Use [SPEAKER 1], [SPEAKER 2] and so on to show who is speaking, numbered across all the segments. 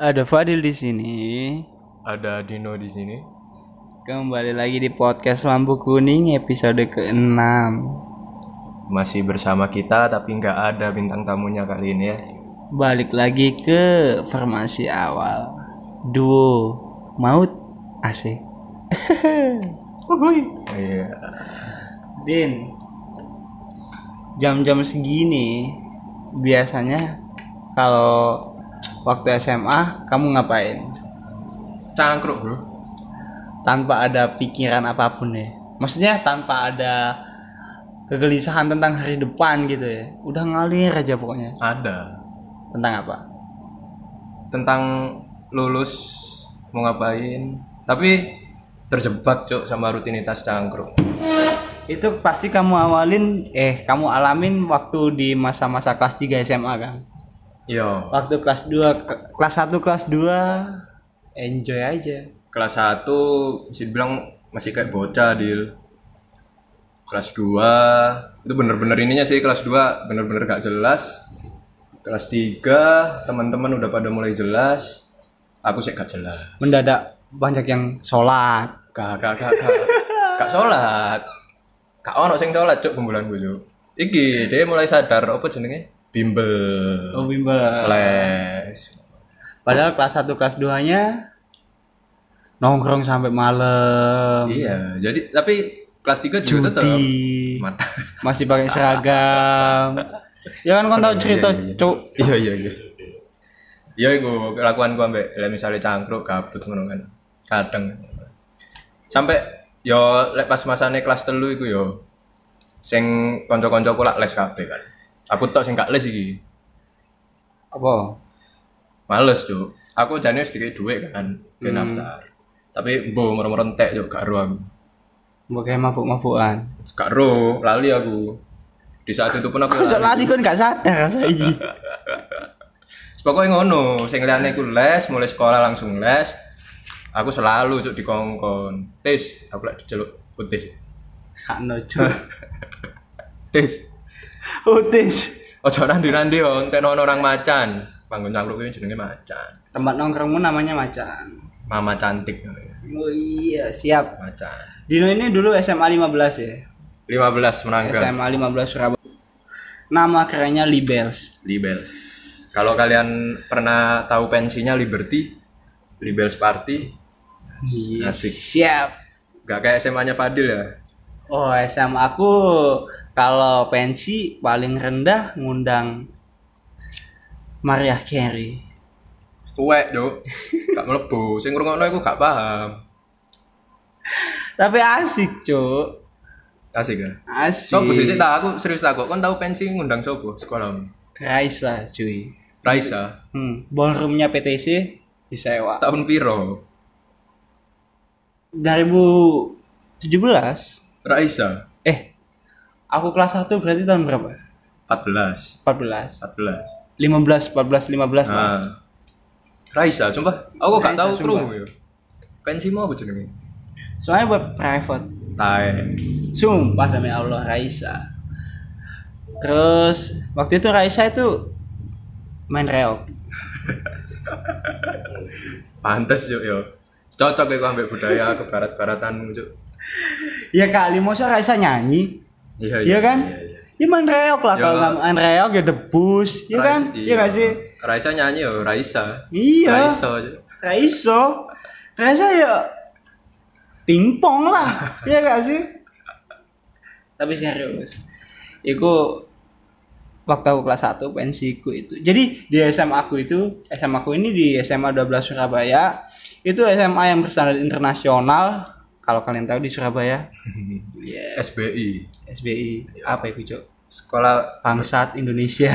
[SPEAKER 1] Ada Fadil di sini.
[SPEAKER 2] Ada Dino di sini.
[SPEAKER 1] Kembali lagi di podcast Lampu Kuning episode ke-6.
[SPEAKER 2] Masih bersama kita tapi nggak ada bintang tamunya kali ini ya.
[SPEAKER 1] Balik lagi ke formasi awal. Duo Maut Asik. Uhuy.
[SPEAKER 2] Iya.
[SPEAKER 1] Din. Jam-jam segini biasanya kalau waktu SMA kamu ngapain?
[SPEAKER 2] Cangkruk, Bro.
[SPEAKER 1] tanpa ada pikiran apapun ya maksudnya tanpa ada kegelisahan tentang hari depan gitu ya udah ngalir aja pokoknya
[SPEAKER 2] Ada.
[SPEAKER 1] tentang apa
[SPEAKER 2] Tentang lulus mau ngapain. Tapi terjebak, Cok, sama rutinitas cangkruk.
[SPEAKER 1] itu pasti kamu awalin eh kamu alamin waktu di masa-masa kelas 3 SMA kan
[SPEAKER 2] Yo.
[SPEAKER 1] waktu kelas 2 ke- kelas 1 kelas 2 enjoy aja
[SPEAKER 2] Kelas 1 bisa dibilang masih kayak bocah, Dil. Kelas 2 itu bener-bener ininya sih kelas 2 bener-bener gak jelas. Kelas 3 teman-teman udah pada mulai jelas. Aku sih gak jelas.
[SPEAKER 1] mendadak banyak yang sholat
[SPEAKER 2] Kak, kak, kak, kak. Kak sholat. Kak ono sing sholat cuk kumpulan gue Iki dia mulai sadar apa jenenge?
[SPEAKER 1] Oh,
[SPEAKER 2] Bimbel. Les.
[SPEAKER 1] padahal kelas 1 kelas 2 nya nongkrong sampai malam
[SPEAKER 2] Iya, jadi tapi kelas 3
[SPEAKER 1] Iya,
[SPEAKER 2] juga tetap
[SPEAKER 1] judi
[SPEAKER 2] mata.
[SPEAKER 1] masih pakai seragam ya kan kan tahu cerita
[SPEAKER 2] Iya, iya, iya.
[SPEAKER 1] cuk
[SPEAKER 2] Iya, iya, iya. Iya, iku kelakuan gua ambek lek misale cangkruk gabut ngono kan. Kadang. Sampai yo lek pas masane kelas telu iku yo sing kanca-kancaku lak les kabeh kan. Aku tok sing gak les iki.
[SPEAKER 1] apa
[SPEAKER 2] Males cuk. Aku jane wis dikai duit kan, ke daftar. Tapi mbo merem-merem entek cuk gak ero aku.
[SPEAKER 1] pakai mabuk mabukan
[SPEAKER 2] Gak ero, lali aku. Di saat itu pun aku
[SPEAKER 1] kok sok lali kan gak sadar saiki
[SPEAKER 2] Pokoknya ngono, sing liyane iku les, mulai sekolah langsung les. Aku selalu cuk dikongkon. Tis, aku lek diceluk utis.
[SPEAKER 1] sakno cuk
[SPEAKER 2] Tis.
[SPEAKER 1] utis
[SPEAKER 2] Ojo randi-randi yo, entekno ono orang macan. Panggon cangkruk kuwi jenenge macan.
[SPEAKER 1] tempat nongkrongmu namanya macan
[SPEAKER 2] Mama cantik
[SPEAKER 1] oh iya siap
[SPEAKER 2] macan.
[SPEAKER 1] Dino ini dulu SMA 15 ya
[SPEAKER 2] 15 menangga.
[SPEAKER 1] SMA 15 Surabaya nama kerennya Libels
[SPEAKER 2] Libels. Kalau kalian pernah tahu pensinya Liberty, Libels Party,
[SPEAKER 1] Iya,
[SPEAKER 2] Asik.
[SPEAKER 1] siap
[SPEAKER 2] gak kayak SMA-nya Fadil ya.
[SPEAKER 1] Oh SMA aku kalau pensi paling rendah ngundang Maria Carey.
[SPEAKER 2] Tuwek, Dok. Gak melebu. Sing ngrungokno iku gak paham.
[SPEAKER 1] Tapi asik cuk.
[SPEAKER 2] Asik ya.
[SPEAKER 1] Asik.
[SPEAKER 2] Sopo sih sih tak aku serius tak kok. Kon tahu pensi ngundang sopo sekolahmu?
[SPEAKER 1] Raisa cuy.
[SPEAKER 2] Raisa.
[SPEAKER 1] Hmm. Ballroomnya PTC disewa.
[SPEAKER 2] Tahun piro?
[SPEAKER 1] 2017.
[SPEAKER 2] Raisa.
[SPEAKER 1] Eh, aku kelas 1 berarti tahun berapa?
[SPEAKER 2] 14.
[SPEAKER 1] 14.
[SPEAKER 2] 14.
[SPEAKER 1] 15, 14, 15 lah.
[SPEAKER 2] Nah. Raisa, sumpah. Aku
[SPEAKER 1] Raisa,
[SPEAKER 2] gak tahu
[SPEAKER 1] sumpah.
[SPEAKER 2] krungu ya. Pensimu apa jenenge?
[SPEAKER 1] Soalnya buat private.
[SPEAKER 2] Tae.
[SPEAKER 1] Sumpah demi Allah Raisa. Terus waktu itu Raisa itu main reok.
[SPEAKER 2] Pantes yuk yo. Cocok iku ambek budaya kebarat-baratan yuk.
[SPEAKER 1] Ya kali masa Raisa nyanyi,
[SPEAKER 2] Iya,
[SPEAKER 1] Iya kan? ya main reok lah
[SPEAKER 2] Ya.
[SPEAKER 1] kalau nggak main reok ya debus, ya
[SPEAKER 2] Rais-
[SPEAKER 1] kan? Iya nggak sih?
[SPEAKER 2] Raisa nyanyi yo, Raisa.
[SPEAKER 1] Iya.
[SPEAKER 2] Raisa.
[SPEAKER 1] Raiso, Raisa ya pingpong lah, ya nggak sih? Tapi serius, Iku waktu aku kelas 1 pensiku itu. Jadi di SMA aku itu, SMA aku ini di SMA 12 Surabaya, itu SMA yang berstandar internasional. Kalau kalian tahu di Surabaya, Iya.
[SPEAKER 2] SBI.
[SPEAKER 1] SBI apa itu Cok?
[SPEAKER 2] Sekolah
[SPEAKER 1] Bangsat Indonesia.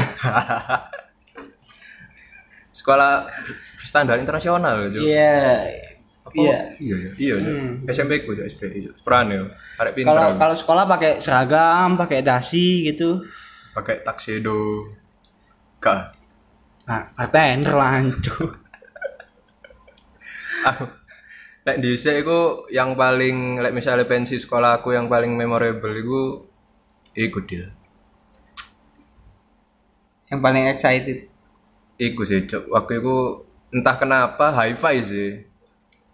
[SPEAKER 2] sekolah standar internasional
[SPEAKER 1] Iya.
[SPEAKER 2] Cuk. Apa?
[SPEAKER 1] Iya.
[SPEAKER 2] Iya, iya. Iya, Cuk.
[SPEAKER 1] Hmm.
[SPEAKER 2] SMP ku yo SBI. Cuk. Peran yo. Arek pinter.
[SPEAKER 1] Kalau
[SPEAKER 2] aku.
[SPEAKER 1] kalau sekolah pakai seragam, pakai dasi gitu.
[SPEAKER 2] pakai tuxedo. Kak.
[SPEAKER 1] Nah, bartender lanjut.
[SPEAKER 2] Aku Lek di UC iku yang paling lek misalnya pensi sekolah aku yang paling memorable iku iku deal.
[SPEAKER 1] Yang paling excited.
[SPEAKER 2] Iku sih, Cuk. Waktu iku entah kenapa hi-fi sih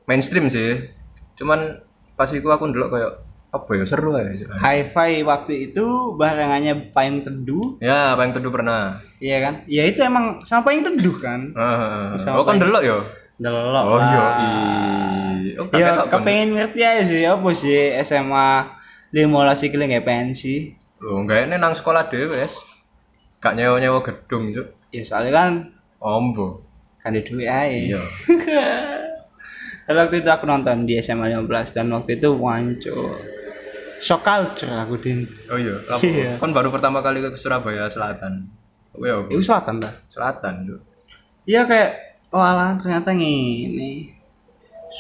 [SPEAKER 2] mainstream sih cuman pas iku aku ndelok kayak apa ya seru aja
[SPEAKER 1] Hi-fi waktu itu barengannya payung teduh,
[SPEAKER 2] ya paling teduh pernah
[SPEAKER 1] iya kan? Ya itu emang sama payung teduh kan.
[SPEAKER 2] Ah,
[SPEAKER 1] Bisa
[SPEAKER 2] oh kan
[SPEAKER 1] payung-
[SPEAKER 2] ndelok yo
[SPEAKER 1] Delok.
[SPEAKER 2] Oh,
[SPEAKER 1] lah.
[SPEAKER 2] yoi. Oh, kaget
[SPEAKER 1] Ya
[SPEAKER 2] aku.
[SPEAKER 1] kepengen ngerti aja sih apa sih SMA 15 iki ya pengen sih.
[SPEAKER 2] Loh, enggak ini nang sekolah dhewe wes. Gak nyewa-nyewa gedung, Cuk.
[SPEAKER 1] Ya soalnya kan
[SPEAKER 2] Ombo.
[SPEAKER 1] kan ada duit aja.
[SPEAKER 2] Iya.
[SPEAKER 1] Tapi waktu itu aku nonton di SMA 15 dan waktu itu wancu. Shock culture aku din.
[SPEAKER 2] Oh iya,
[SPEAKER 1] Iya.
[SPEAKER 2] lapo. Kan baru pertama kali ke Surabaya Selatan. Oh iya,
[SPEAKER 1] Itu
[SPEAKER 2] Bu.
[SPEAKER 1] selatan lah.
[SPEAKER 2] Selatan, Cuk.
[SPEAKER 1] Iya kayak walah ternyata ngini.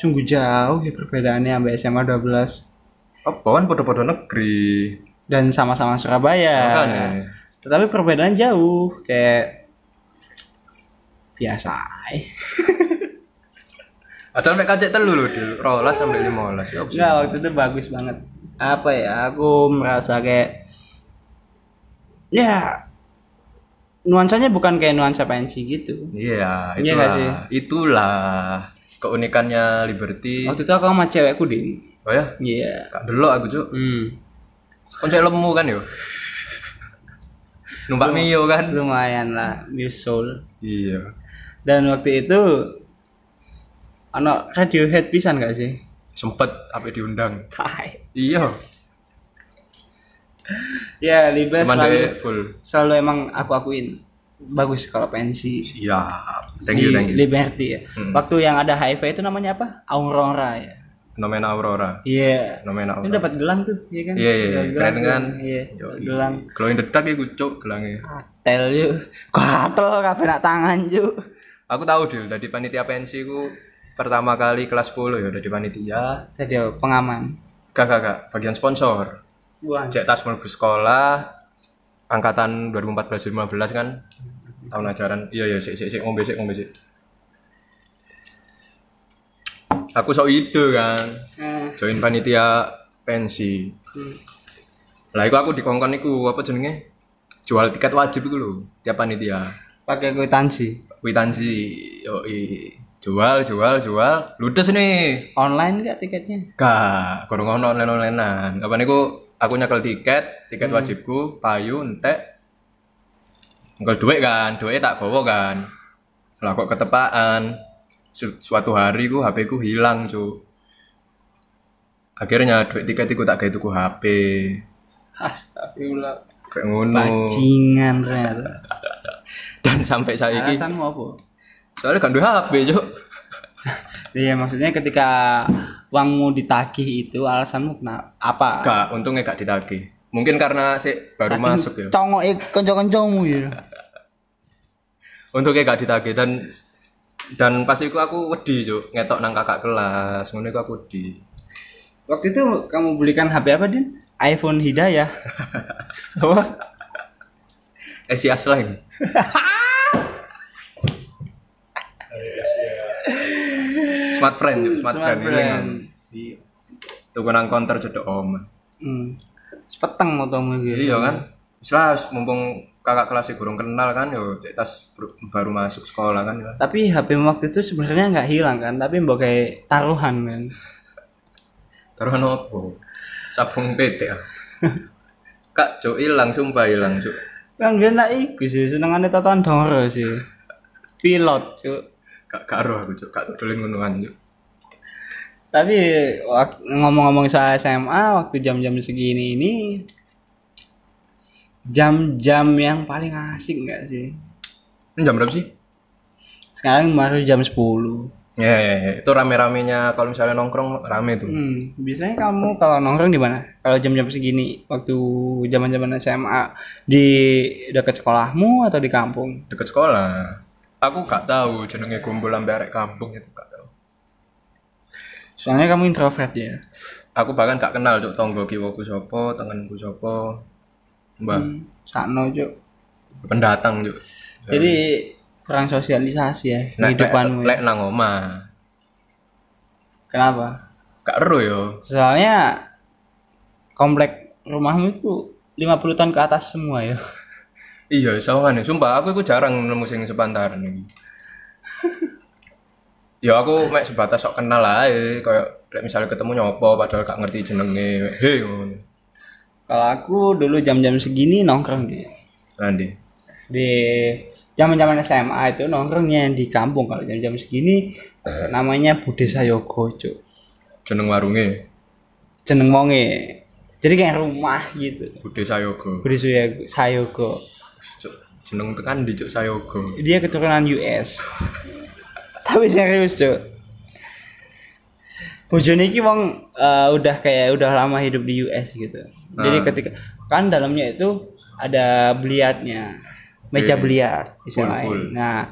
[SPEAKER 1] Sungguh jauh ya perbedaannya sama SMA 12
[SPEAKER 2] Apa kan podo-podo negeri.
[SPEAKER 1] dan sama-sama Surabaya.
[SPEAKER 2] Makanya.
[SPEAKER 1] Tetapi perbedaan jauh kayak biasa. ae.
[SPEAKER 2] Padahal mek kacek telu lho, Dil. Rolas sampai 15. Ya, apa sih?
[SPEAKER 1] Enggak, waktu itu bagus banget. Apa ya, aku merasa kayak ya nuansanya bukan kayak nuansa pensi gitu. Iya
[SPEAKER 2] Iya, itulah.
[SPEAKER 1] nggak sih?
[SPEAKER 2] Itulah keunikannya Liberty.
[SPEAKER 1] Waktu itu aku sama cewekku, Din.
[SPEAKER 2] Oh ya,
[SPEAKER 1] Iya.
[SPEAKER 2] gak delok aku, Cuk.
[SPEAKER 1] Hmm.
[SPEAKER 2] Kon cek lemu kan yo. Numpak Mio kan.
[SPEAKER 1] Lumayan lah, new soul.
[SPEAKER 2] Iya.
[SPEAKER 1] Dan waktu itu anak Radiohead pisan gak sih?
[SPEAKER 2] Sempet apa diundang.
[SPEAKER 1] Tai.
[SPEAKER 2] Iya.
[SPEAKER 1] Ya, Libra
[SPEAKER 2] Cuman
[SPEAKER 1] selalu
[SPEAKER 2] dia full.
[SPEAKER 1] selalu emang aku akuin bagus kalau pensi.
[SPEAKER 2] Siap. Iya. Thank you,
[SPEAKER 1] di
[SPEAKER 2] thank you.
[SPEAKER 1] Liberty ya.
[SPEAKER 2] Mm.
[SPEAKER 1] Waktu yang ada HIV itu namanya apa? Aurora ya.
[SPEAKER 2] Nomena Aurora.
[SPEAKER 1] Iya.
[SPEAKER 2] Nomena
[SPEAKER 1] Ini
[SPEAKER 2] Aurora.
[SPEAKER 1] dapat gelang tuh, iya kan?
[SPEAKER 2] Iya, iya, iya.
[SPEAKER 1] Dapat gelang
[SPEAKER 2] Keren
[SPEAKER 1] tuh.
[SPEAKER 2] kan?
[SPEAKER 1] Iya,
[SPEAKER 2] Yoi.
[SPEAKER 1] gelang.
[SPEAKER 2] Glow in the dark ya cuk gelangnya.
[SPEAKER 1] Tel yuk. Katel kabeh nak tangan yuk.
[SPEAKER 2] Aku tahu Dil, dari panitia pensi ku pertama kali kelas 10 ya dari panitia.
[SPEAKER 1] Jadi apa? pengaman.
[SPEAKER 2] Gak, gak, gak. Bagian sponsor.
[SPEAKER 1] Wah.
[SPEAKER 2] Cek tas mlebu sekolah angkatan 2014-2015 kan tahun ajaran. Iya, iya, sik sik sik ngombe sik ngombe sik. Aku sok ide kan.
[SPEAKER 1] Eh,
[SPEAKER 2] Join panitia pensi.
[SPEAKER 1] hmm.
[SPEAKER 2] Lah iku aku dikongkon iku apa jenenge? Jual tiket wajib iku lho, tiap panitia.
[SPEAKER 1] Pakai kwitansi.
[SPEAKER 2] Kwitansi yoi jual jual jual ludes nih.
[SPEAKER 1] Online gak tiketnya?
[SPEAKER 2] Gak, kurang ono online-onlinean. Kapan iku aku nyekel tiket, tiket wajibku, payu entek. Nyekel duit kan, duit tak bawa kan. Lah kok ketepaan. Su- suatu hari ku HP ku hilang, Cuk. Akhirnya duit tiket iku tak gawe tuku HP.
[SPEAKER 1] Astagfirullah.
[SPEAKER 2] Kayak ngono.
[SPEAKER 1] Bajingan ternyata.
[SPEAKER 2] dan sampai saiki
[SPEAKER 1] Alasanmu apa?
[SPEAKER 2] soalnya gak duwe HP cuk
[SPEAKER 1] Iya, maksudnya ketika uangmu ditagih itu alasanmu kenapa? Apa?
[SPEAKER 2] gak untungnya gak ditagih mungkin karena sik baru masuk ya
[SPEAKER 1] Congok kencong-kencongmu ya.
[SPEAKER 2] untungnya gak ditagih dan dan pas itu aku wedi cuk ngetok nang kakak kelas ngono iku aku wedi
[SPEAKER 1] Waktu itu kamu belikan HP apa, Din? iPhone Hidayah. apa?
[SPEAKER 2] Asia slang smart friend cuk smart, friend,
[SPEAKER 1] brand.
[SPEAKER 2] Iya. tuku nang counter cedok om
[SPEAKER 1] Hmm. Sepeteng motomu gitu.
[SPEAKER 2] iya kan Islah mumpung kakak kelas kurang kenal kan yo cek tas baru masuk sekolah kan ya.
[SPEAKER 1] Tapi HP waktu itu sebenarnya nggak hilang kan, tapi mbok kayak taruhan kan.
[SPEAKER 2] Terus ono apa? Sabung PT ya. Kak, cuk hilang, sumpah hilang, cuk.
[SPEAKER 1] Kan biar nak iku sih, senengane tatoan doro sih. Pilot, cuk.
[SPEAKER 2] Kak karo aku, cuk. Kak dolen ngonoan, cuk.
[SPEAKER 1] Tapi wak- ngomong-ngomong soal SMA, waktu jam-jam segini ini jam-jam yang paling asik nggak sih?
[SPEAKER 2] Ini jam berapa sih?
[SPEAKER 1] Sekarang baru jam 10.
[SPEAKER 2] Ya, ya, ya. itu rame-ramenya kalau misalnya nongkrong rame tuh.
[SPEAKER 1] Hmm, biasanya kamu kalau nongkrong di mana? Kalau jam-jam segini, waktu zaman-zaman SMA di dekat sekolahmu atau di kampung?
[SPEAKER 2] Deket sekolah. Aku gak tahu jenenge kumpul ambek arek kampung itu gak tahu.
[SPEAKER 1] Soalnya kamu introvert ya.
[SPEAKER 2] Aku bahkan gak kenal cuk tonggo kiwaku sapa, tengenku sapa. Mbah,
[SPEAKER 1] Hmm, sakno cuk. Hmm.
[SPEAKER 2] pendatang cuk.
[SPEAKER 1] Jadi kurang sosialisasi ya
[SPEAKER 2] Nek-
[SPEAKER 1] kehidupanmu.
[SPEAKER 2] Iya. lek lek nang omah.
[SPEAKER 1] Kenapa?
[SPEAKER 2] Gak ero yo.
[SPEAKER 1] Soalnya komplek rumahmu itu 50 tahun ke atas semua ya.
[SPEAKER 2] Iya, sawangan ya. Sumpah, aku itu jarang nemu sing sepantaran iki. Ya aku mek sebatas sok kenal ae, kayak lek misalnya ketemu nyopo padahal gak ngerti jenenge. Hei ngono.
[SPEAKER 1] Kalau aku dulu jam-jam segini nongkrong di
[SPEAKER 2] Nanti.
[SPEAKER 1] di zaman-zaman SMA itu nongkrongnya di kampung kalau jam-jam segini namanya Bude Sayogo, Cuk.
[SPEAKER 2] Jeneng warunge
[SPEAKER 1] Jeneng wonge. Jadi kayak rumah gitu.
[SPEAKER 2] Bude Sayogo.
[SPEAKER 1] Bude Sayogo- Sayogo.
[SPEAKER 2] Cuk, Jeneng tekan di Cuk Sayogo.
[SPEAKER 1] Dia keturunan US. Tapi serius, Cuk. Bojone iki wong eh, udah kayak udah lama hidup di US gitu. Jadi
[SPEAKER 2] Ah.
[SPEAKER 1] ketika kan dalamnya itu ada biliarnya. Meja
[SPEAKER 2] Oke.
[SPEAKER 1] biliar istilahnya.
[SPEAKER 2] Pool, pool.
[SPEAKER 1] Nah,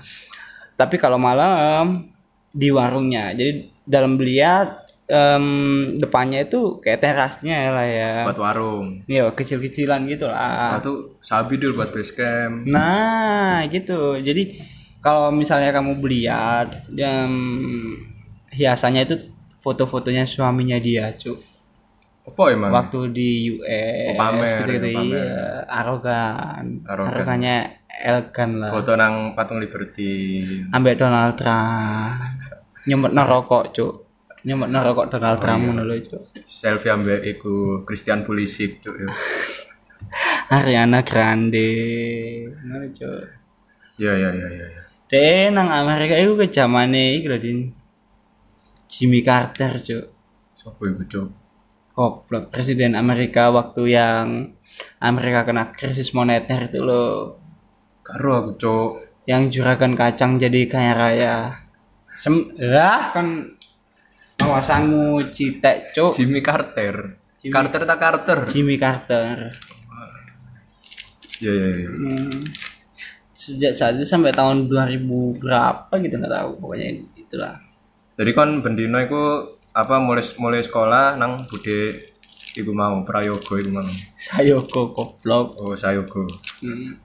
[SPEAKER 1] tapi kalau malam di warungnya. Jadi dalam biliar em, depannya itu kayak terasnya lah ya.
[SPEAKER 2] Buat warung.
[SPEAKER 1] Iya, kecil-kecilan gitu lah.
[SPEAKER 2] Satu sabi dulu buat base camp.
[SPEAKER 1] Nah, gitu. Jadi kalau misalnya kamu beliat jam hiasannya itu foto-fotonya suaminya dia, Cuk.
[SPEAKER 2] Apa emang?
[SPEAKER 1] Waktu di US
[SPEAKER 2] Oh, Hmm. pamer,
[SPEAKER 1] gitu-gitu.
[SPEAKER 2] ya, pamer.
[SPEAKER 1] Iya, arogan.
[SPEAKER 2] Arogan.
[SPEAKER 1] Arogannya elegan lah.
[SPEAKER 2] Foto nang patung Liberty.
[SPEAKER 1] Ambek Donald Trump. Nyemut rokok, Cuk. Nyemut rokok Donald
[SPEAKER 2] Oh, iya.
[SPEAKER 1] Trump ngono lho, Cuk.
[SPEAKER 2] Selfie ambek iku Christian Pulisic Cuk. ya.
[SPEAKER 1] Ariana Grande. Ngono, Cuk.
[SPEAKER 2] Ya ya ya ya. ya.
[SPEAKER 1] Deh nang Amerika itu ke zamane iki lho Din. Jimmy Carter, Cuk.
[SPEAKER 2] Sopo iku Cuk?
[SPEAKER 1] Goblok presiden Amerika waktu yang Amerika kena krisis moneter itu loh.
[SPEAKER 2] Karo aku Cuk.
[SPEAKER 1] Yang juragan kacang jadi kaya raya. Sem lah kan awasanmu citek, Cuk.
[SPEAKER 2] Jimmy Carter.
[SPEAKER 1] Jimmy-
[SPEAKER 2] Carter tak Carter.
[SPEAKER 1] Jimmy Carter.
[SPEAKER 2] Ya ya ya.
[SPEAKER 1] Hmm. Sejak saat itu sampai tahun 2000 berapa gitu nggak tahu pokoknya itulah.
[SPEAKER 2] Jadi kon bendino iku apa mulai mulai sekolah nang bude iku mau prayoga iku mau.
[SPEAKER 1] Sayoko goblok.
[SPEAKER 2] Oh sayoga.
[SPEAKER 1] Hmm.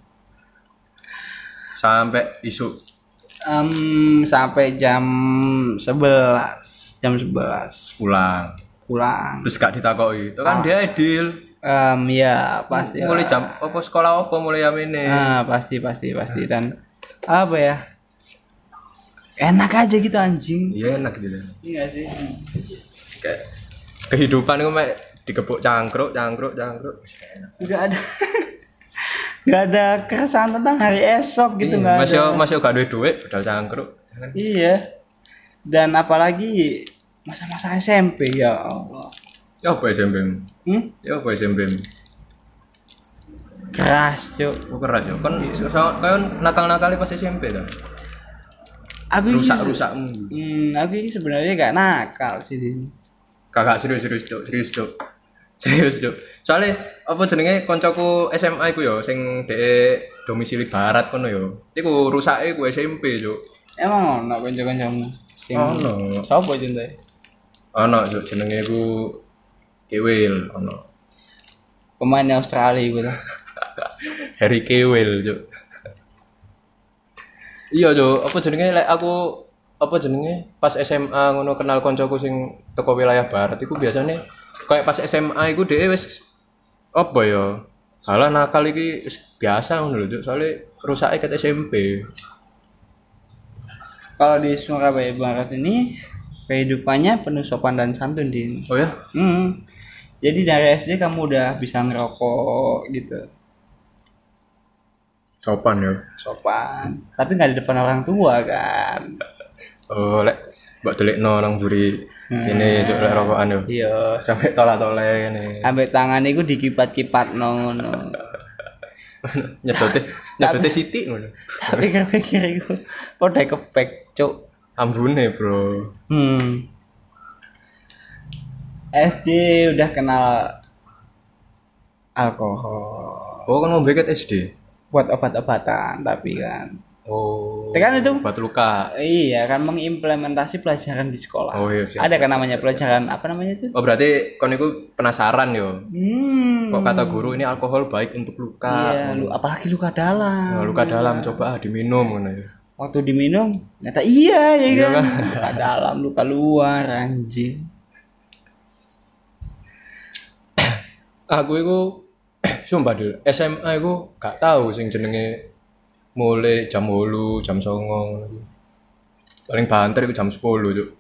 [SPEAKER 2] Sampai isu
[SPEAKER 1] Em, sampai jam 11 jam 11
[SPEAKER 2] pulang.
[SPEAKER 1] pulang
[SPEAKER 2] Terus gak ditakoki. Itu kan
[SPEAKER 1] Ah.
[SPEAKER 2] dia deal.
[SPEAKER 1] Em, ya pasti lah.
[SPEAKER 2] Mulai jam apa sekolah apa mulai jam ini.
[SPEAKER 1] Ah, pasti pasti pasti dan apa ya enak aja gitu anjing
[SPEAKER 2] Iya enak gitu.
[SPEAKER 1] iya sih
[SPEAKER 2] Kayak kehidupan iku mek dikebuk cangkruk, cangkruk, cangkruk. Enak.
[SPEAKER 1] nggak ada nggak ada keresahan tentang hari esok gitu nggak
[SPEAKER 2] masih
[SPEAKER 1] ada
[SPEAKER 2] masih gak duit duit padahal cangkruk.
[SPEAKER 1] iya dan apalagi masa-masa SMP ya Allah
[SPEAKER 2] Ya apa SMP? mu?
[SPEAKER 1] hmm?
[SPEAKER 2] Ya apa SMP? mu?
[SPEAKER 1] keras cuk
[SPEAKER 2] Aku keras ya. Kan so, so- kan nakal-nakal pas SMP
[SPEAKER 1] Oh,
[SPEAKER 2] ta.
[SPEAKER 1] aku ini-
[SPEAKER 2] Rusak-rusakmu.
[SPEAKER 1] hmm, aku ini sebenarnya gak nakal sih Din.
[SPEAKER 2] Kakak serius serius cuk, serius cuk. Serius cuk. Soale apa jenenge koncoku SMA iku ya sing dhek domisili barat kono ya. Iku rusake ku SMP cuk.
[SPEAKER 1] Emang ono kanca-kancamu sing
[SPEAKER 2] Ono.
[SPEAKER 1] sapa contohe?
[SPEAKER 2] Ono cuk jenenge ku Kewil ono.
[SPEAKER 1] Pemain Australia gitu.
[SPEAKER 2] Harry Kewil cuk. Iya cuk, apa jenenge lek aku apa jenenge pas SMA ngono kenal koncoku sing teko wilayah barat iku biasane kayak pas SMA iku dhewe wis apa ya? Halah nakal iki wis biasa ngono lho cuk, soalnya rusake ket SMP.
[SPEAKER 1] Kalau di Surabaya Barat ini kehidupannya penuh sopan dan santun din.
[SPEAKER 2] Oh ya?
[SPEAKER 1] Hmm. Jadi dari SD kamu udah bisa ngerokok gitu,
[SPEAKER 2] Sopan ya.
[SPEAKER 1] sopan. Tapi nggak di depan orang tua kan?
[SPEAKER 2] Oh lek mbok delikno orang buri ini cuk lek rokokan yo.
[SPEAKER 1] Iya.
[SPEAKER 2] Sampai tolak-tolak ngene.
[SPEAKER 1] Ambek tangan itu dikipat-kipat no, no.
[SPEAKER 2] Nyedote nyedote sithik ngono.
[SPEAKER 1] Tapi pikir itu, podai kepek, cuk.
[SPEAKER 2] Ambune, Bro.
[SPEAKER 1] Hmm. SD udah kenal alkohol
[SPEAKER 2] Oh, kan ngombe ket SD.
[SPEAKER 1] buat obat-obatan tapi kan
[SPEAKER 2] Oh.
[SPEAKER 1] Ya kan itu-
[SPEAKER 2] buat luka.
[SPEAKER 1] iya kan mengimplementasi pelajaran di sekolah
[SPEAKER 2] Oh, iya, siap,
[SPEAKER 1] ada kan
[SPEAKER 2] siap,
[SPEAKER 1] namanya
[SPEAKER 2] siap,
[SPEAKER 1] pelajaran apa namanya itu
[SPEAKER 2] Oh, berarti kon iku penasaran yo.
[SPEAKER 1] hmm
[SPEAKER 2] Kok kata guru ini alkohol baik untuk luka.
[SPEAKER 1] iya lu apalagi luka dalam
[SPEAKER 2] Nah, luka dalam coba ah diminum ngono ya.
[SPEAKER 1] waktu diminum ternyata iya ya
[SPEAKER 2] Iya,
[SPEAKER 1] kan
[SPEAKER 2] kan?
[SPEAKER 1] luka dalam luka luar anjing
[SPEAKER 2] Aku iku sumpah dulu SMA iku gak tahu sing jenenge mulai jam 8, jam 9 ngono iku. Paling banter iku jam 10, Cuk.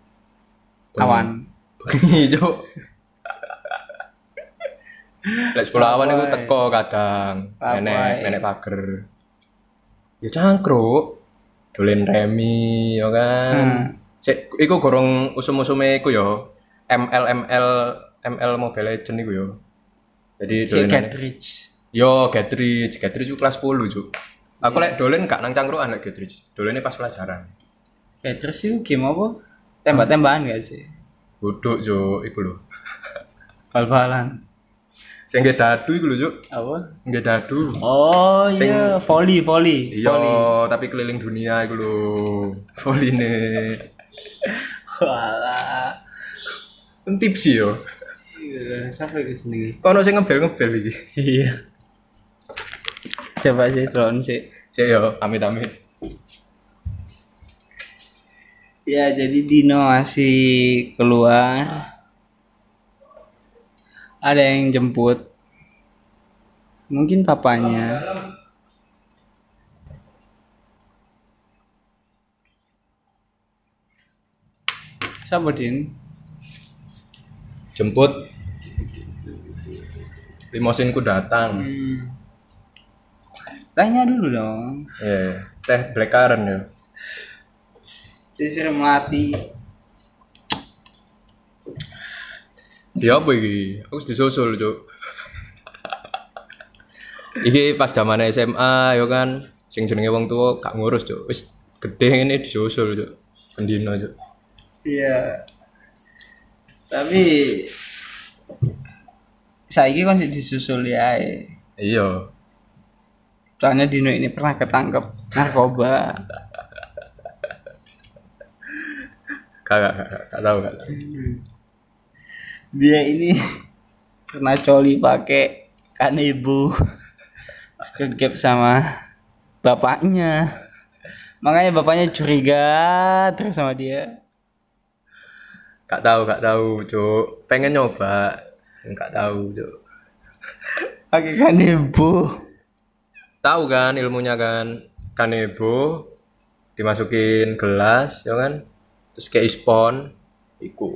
[SPEAKER 1] Awan.
[SPEAKER 2] Bengi, Cuk. Lek 10 awan iku
[SPEAKER 1] Apa ae?
[SPEAKER 2] teko kadang.
[SPEAKER 1] Apa ae?
[SPEAKER 2] Menek menek pager. Ya cangkruk. Dolen remi ya kan. Cek iku gorong usum-usume iku ya. ML ML ML Mobile Legend iku ya. Jadi
[SPEAKER 1] Si
[SPEAKER 2] dolenane-
[SPEAKER 1] Catridge.
[SPEAKER 2] Yo, Getridge, Getridge itu kelas 10, Cuk. Aku lek dolen gak nang cangkruan lek Getridge. Dolene pas pelajaran.
[SPEAKER 1] Catridge itu game apa? Tembak-tembakan gak sih?
[SPEAKER 2] Bodok, Cuk, iku lho.
[SPEAKER 1] Bal-balan.
[SPEAKER 2] Sing nggih dadu iku lho, Cuk.
[SPEAKER 1] Apa?
[SPEAKER 2] Nggih dadu.
[SPEAKER 1] Oh
[SPEAKER 2] Sing-
[SPEAKER 1] iya, volley, volley.
[SPEAKER 2] Iya,
[SPEAKER 1] Volley.
[SPEAKER 2] tapi keliling dunia iku lho. Voline.
[SPEAKER 1] Walah.
[SPEAKER 2] Entip sih e yo.
[SPEAKER 1] Iya, Siapa itu sendiri?
[SPEAKER 2] Kono sing ngebel-ngebel iki.
[SPEAKER 1] Iya. Coba sih drone sih.
[SPEAKER 2] Cek yo, amit-amit.
[SPEAKER 1] Ya jadi Dino masih keluar. Ada yang jemput. Mungkin papanya. Siapa Din?
[SPEAKER 2] Jemput limosinku datang.
[SPEAKER 1] Hmm. Tanya dulu dong.
[SPEAKER 2] Eh, teh blackcurrant yo.
[SPEAKER 1] Jadi mati.
[SPEAKER 2] Ya apa iki? Aku wis disusul, Cuk. iki pas zaman SMA yo kan, sing jenenge wong tua gak ngurus, Cuk. Wis gede ngene disusul, Cuk. Pendino, Cuk.
[SPEAKER 1] Iya. Tapi saiki kan sih disusul ya.
[SPEAKER 2] Iya.
[SPEAKER 1] Soalnya Dino ini pernah ketangkep narkoba.
[SPEAKER 2] Gak gak gak, gak, gak tahu gak. tahu.
[SPEAKER 1] Dia ini pernah coli pakai kanebo. Kegep sama bapaknya. Makanya bapaknya curiga terus sama dia.
[SPEAKER 2] Gak tahu gak tahu, Cuk. Pengen nyoba, gak tahu, Cuk.
[SPEAKER 1] Pakai kanebo.
[SPEAKER 2] Tahu kan ilmunya kan kanebo dimasukin gelas, ya kan? Terus kayak ispon, iku.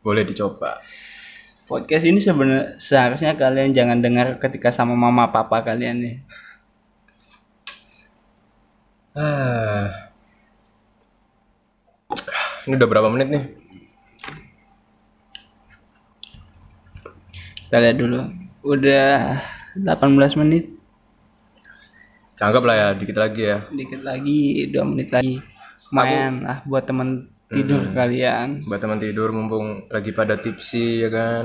[SPEAKER 2] Boleh dicoba.
[SPEAKER 1] Podcast ini sebenarnya seharusnya kalian jangan dengar ketika sama mama papa kalian nih.
[SPEAKER 2] Ah. Ini udah berapa menit nih?
[SPEAKER 1] Kita lihat dulu. Udah 18 menit,
[SPEAKER 2] Cangkep lah ya, dikit lagi ya.
[SPEAKER 1] dikit lagi, 2 menit lagi. Main lah buat temen tidur kalian.
[SPEAKER 2] Buat teman tidur mumpung lagi pada tipsi ya kan.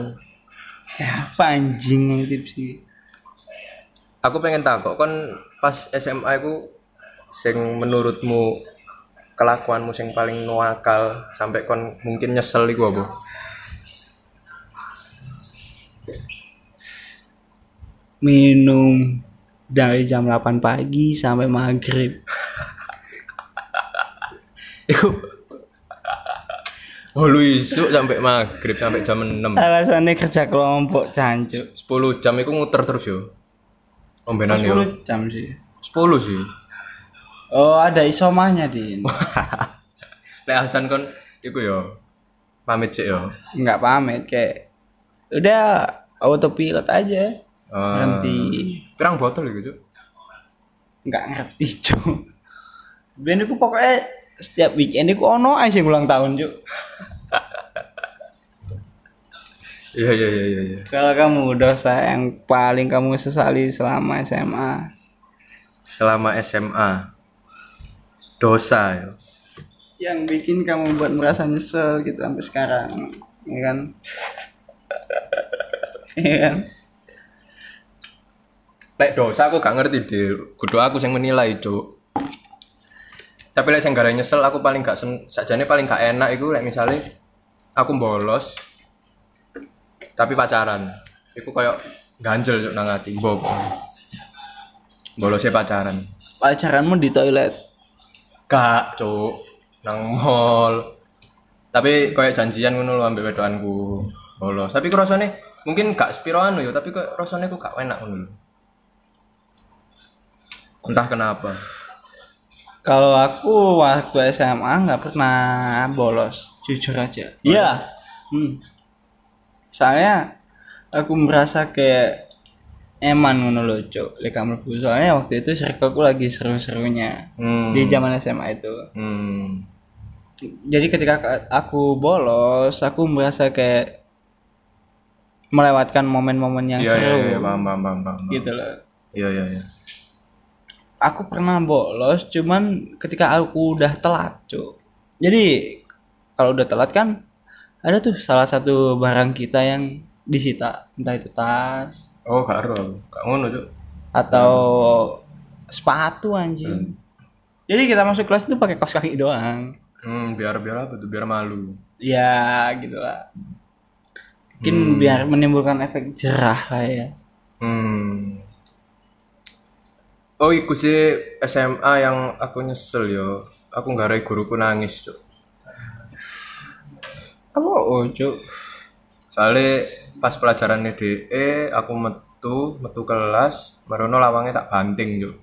[SPEAKER 1] Siapa anjing yang tipsi?
[SPEAKER 2] Aku pengen takut kan pas SMA aku sing menurutmu kelakuanmu sing paling nuakal sampai kon mungkin nyesel iku apa?
[SPEAKER 1] Minum dari jam 8 pagi sampai maghrib.
[SPEAKER 2] Iku Oh lu isuk sampai maghrib sampai jam 6
[SPEAKER 1] Alasannya kerja kelompok cancuk.
[SPEAKER 2] 10 jam iku nguter terus yo. Ombenan yo.
[SPEAKER 1] 10 jam sih.
[SPEAKER 2] 10 sih.
[SPEAKER 1] Oh, ada isomahnya, Din.
[SPEAKER 2] Lek Hasan kon iku yo pamit sik yo.
[SPEAKER 1] Nggak pamit kayak udah autopilot aja.
[SPEAKER 2] Eh,
[SPEAKER 1] Nanti.
[SPEAKER 2] Pirang botol iku, Cuk?
[SPEAKER 1] nggak ngerti cuk ben aku pokoknya setiap weekend aku ono aja sing ulang tahun cuk
[SPEAKER 2] Iya, iya, iya, iya, iya.
[SPEAKER 1] kalau kamu dosa yang paling kamu sesali selama SMA
[SPEAKER 2] Selama SMA dosa yo.
[SPEAKER 1] yang bikin kamu buat merasa nyesel gitu sampai sekarang ya kan ya kan
[SPEAKER 2] Lek dosa aku gak ngerti, Dil. Kudu aku sing menilai, Cuk. Tapi lek sing gara nyesel aku paling gak sen sakjane paling gak enak iku lek misalnya aku bolos tapi pacaran. Iku koyo ganjel Cuk nang ati, mbok. Bolosnya pacaran.
[SPEAKER 1] pacaranmu di toilet
[SPEAKER 2] Gak, cuk. Nang mall. Tapi kayak janjian ngono lho ambek wedokanku. Bolos. Tapi ku rasane mungkin gak sepiro anu ya, tapi kok rasane ku gak enak ngono lho. Entah kenapa.
[SPEAKER 1] Kalau aku waktu SMA nggak pernah bolos, jujur aja. Iya. Hmm. Soalnya aku merasa kayak eman ngono lho, Cuk. Lek mlebu soalnya waktu itu circleku lagi seru-serunya
[SPEAKER 2] Hmm.
[SPEAKER 1] di zaman SMA itu.
[SPEAKER 2] Hmm.
[SPEAKER 1] Jadi ketika ka- aku bolos, aku merasa kayak melewatkan momen-momen yang
[SPEAKER 2] Iya iya
[SPEAKER 1] seru
[SPEAKER 2] iya paham paham paham. paham.
[SPEAKER 1] gitu loh.
[SPEAKER 2] Iya iya iya.
[SPEAKER 1] aku pernah bolos cuman ketika aku udah telat cuk jadi kalau udah telat kan ada tuh salah satu barang kita yang disita entah itu tas
[SPEAKER 2] Oh gak ero aku. Gak ngono cuk.
[SPEAKER 1] atau
[SPEAKER 2] Hmm.
[SPEAKER 1] sepatu anjing jadi kita masuk kelas itu pakai kaos kaki doang
[SPEAKER 2] Hmm, biar biar apa tuh? Biar malu.
[SPEAKER 1] ya gitulah mungkin
[SPEAKER 2] Hmm.
[SPEAKER 1] biar menimbulkan efek jerah lah ya
[SPEAKER 2] Hmm. Oh iku sih SMA yang aku nyesel yo. Aku nggak ada guruku nangis cuk.
[SPEAKER 1] apa oh cuk
[SPEAKER 2] Soalnya pas pelajaran DE aku metu metu kelas, merono lawangnya tak banting cuk.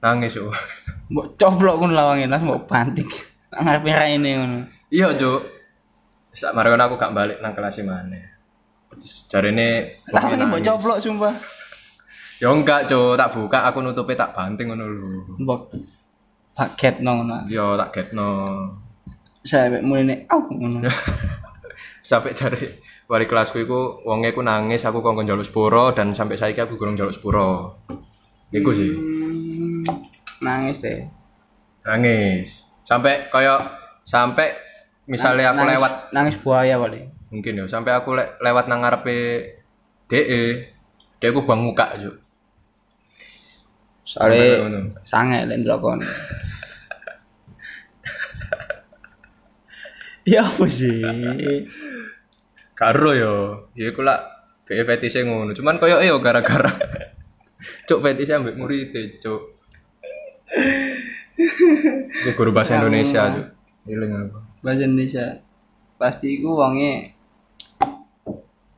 [SPEAKER 2] Nangis cuk.
[SPEAKER 1] mbok coblok kun lawangin las mbok banting ngarep ini ngono
[SPEAKER 2] iya cuk. Sak merono aku gak balik nang kelas mana. Terus jarene
[SPEAKER 1] lawangin mbok
[SPEAKER 2] nangis.
[SPEAKER 1] coblok sumpah
[SPEAKER 2] Ya enggak, Cuk. Tak buka, aku nutupi tak banting ngono lho.
[SPEAKER 1] mbok paket nong nah
[SPEAKER 2] Ya tak getno.
[SPEAKER 1] saya sampai mulai nih au ngono
[SPEAKER 2] Sampai jari wali kelasku iku wonge ku nangis, aku kongkon njaluk sepuro dan sampai saiki aku gurung njaluk sepuro. Iku sih.
[SPEAKER 1] Hmm, nangis deh
[SPEAKER 2] Nangis. Sampai kaya sampai misalnya aku
[SPEAKER 1] Nangis-
[SPEAKER 2] lewat
[SPEAKER 1] nangis buaya paling
[SPEAKER 2] mungkin ya, sampai aku le- lewat nang ngarepe DE, DE E ku bang muka, Cuk. Sampai
[SPEAKER 1] soalnya
[SPEAKER 2] ngono.
[SPEAKER 1] sange dan drakon ya apa sih
[SPEAKER 2] Karo yo. Ya iku lah BE fetishe ngono. Cuman koyo e yo gara-gara Cuk fetishe ambek murid Cuk. Iku guru bahasa
[SPEAKER 1] Ya
[SPEAKER 2] Indonesia,
[SPEAKER 1] Allah.
[SPEAKER 2] Cuk. Iling aku.
[SPEAKER 1] bahasa Indonesia pasti ku wonge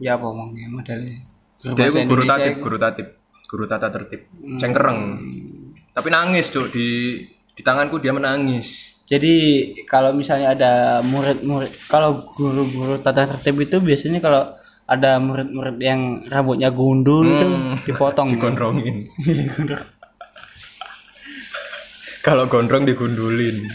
[SPEAKER 1] ya apa wonge modelnya
[SPEAKER 2] Dia iku E guru
[SPEAKER 1] Indonesia
[SPEAKER 2] tatib,
[SPEAKER 1] iku-
[SPEAKER 2] guru tatib. Guru tata tertib.
[SPEAKER 1] Hmm.
[SPEAKER 2] Cengkereng. Tapi nangis, Cuk, di di tanganku dia menangis.
[SPEAKER 1] Jadi kalau misalnya ada murid-murid, kalau guru-guru tata tertib itu biasanya kalau ada murid-murid yang rambutnya gundul itu
[SPEAKER 2] Hmm.
[SPEAKER 1] dipotong.
[SPEAKER 2] Digondrongin. Kalau gondrong digundulin.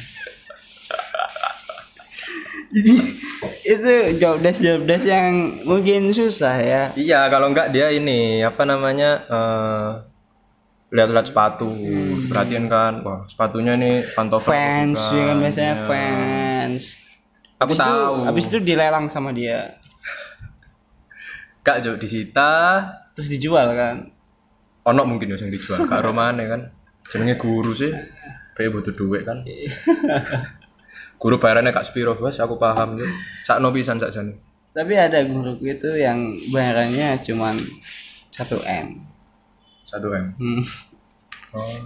[SPEAKER 1] itu job desk job desk yang mungkin susah ya.
[SPEAKER 2] Iya, kalau enggak dia ini apa namanya eh, lihat-lihat sepatu, perhatian kan, wah sepatunya ini pantofel.
[SPEAKER 1] Hmm. Fans,
[SPEAKER 2] apa
[SPEAKER 1] ya kan
[SPEAKER 2] bukan.
[SPEAKER 1] biasanya
[SPEAKER 2] Iya.
[SPEAKER 1] fans.
[SPEAKER 2] Aku
[SPEAKER 1] Habis itu-
[SPEAKER 2] tahu.
[SPEAKER 1] habis itu dilelang sama dia,
[SPEAKER 2] Enggak jauh disita,
[SPEAKER 1] terus dijual kan.
[SPEAKER 2] ono mungkin ya yang dijual. Kak Romane kan, jenenge guru sih, kayak butuh duit kan. guru bayarannya kak Spiro bos, aku paham tuh. Sak no pisan sak jane.
[SPEAKER 1] Tapi ada guru itu yang bayarannya cuman 1 m.
[SPEAKER 2] Satu m.
[SPEAKER 1] Hmm.
[SPEAKER 2] Oh.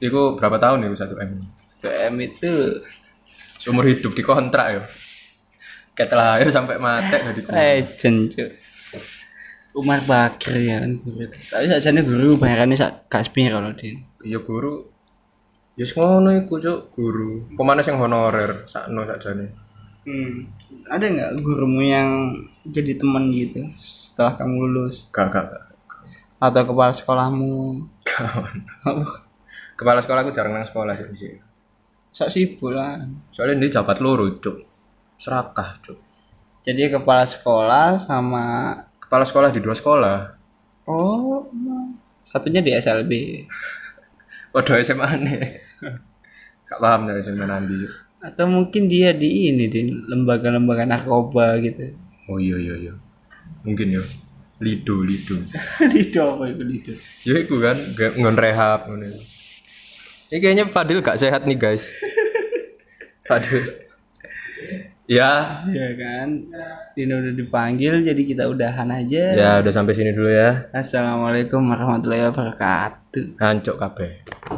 [SPEAKER 2] Iku berapa tahun ya, itu satu m?
[SPEAKER 1] 1 m itu
[SPEAKER 2] Eh, seumur hidup dikontrak ya kayak lahir sampai mati gak dikontrak
[SPEAKER 1] Eh. Legend cuk. Umar Bakir ya kan guru. Tapi sajane guru bayarannya sak kaspi kalau din.
[SPEAKER 2] iya guru ya yes, ngono iku cuk guru pemanas yang honorer sakno sakjane
[SPEAKER 1] Hmm. Ada nggak gurumu yang jadi teman gitu setelah kamu lulus
[SPEAKER 2] gak gak gak.
[SPEAKER 1] atau kepala sekolahmu?
[SPEAKER 2] Gak ono. kepala sekolah aku jarang nang sekolah sih sih.
[SPEAKER 1] Sok sibuk lah.
[SPEAKER 2] soalnya dia jabat loro cuk serakah cuk
[SPEAKER 1] Jadi kepala sekolah sama
[SPEAKER 2] kepala sekolah di dua sekolah
[SPEAKER 1] oh satunya di SLB.
[SPEAKER 2] waduh SMA nih gak paham dari SMA nanti Cuk.
[SPEAKER 1] Atau mungkin dia di ini di lembaga-lembaga narkoba gitu.
[SPEAKER 2] oh iya iya iya mungkin ya lido lido
[SPEAKER 1] Lido apa itu Lido?
[SPEAKER 2] ya iku kan nggak- ngon rehab ngono iku. ini kayaknya Fadil gak sehat nih guys Fadil ya
[SPEAKER 1] Iya kan. Dino udah dipanggil jadi kita udahan aja.
[SPEAKER 2] ya udah sampai sini dulu ya
[SPEAKER 1] Assalamualaikum warahmatullahi wabarakatuh. Hmm.
[SPEAKER 2] hancur kabeh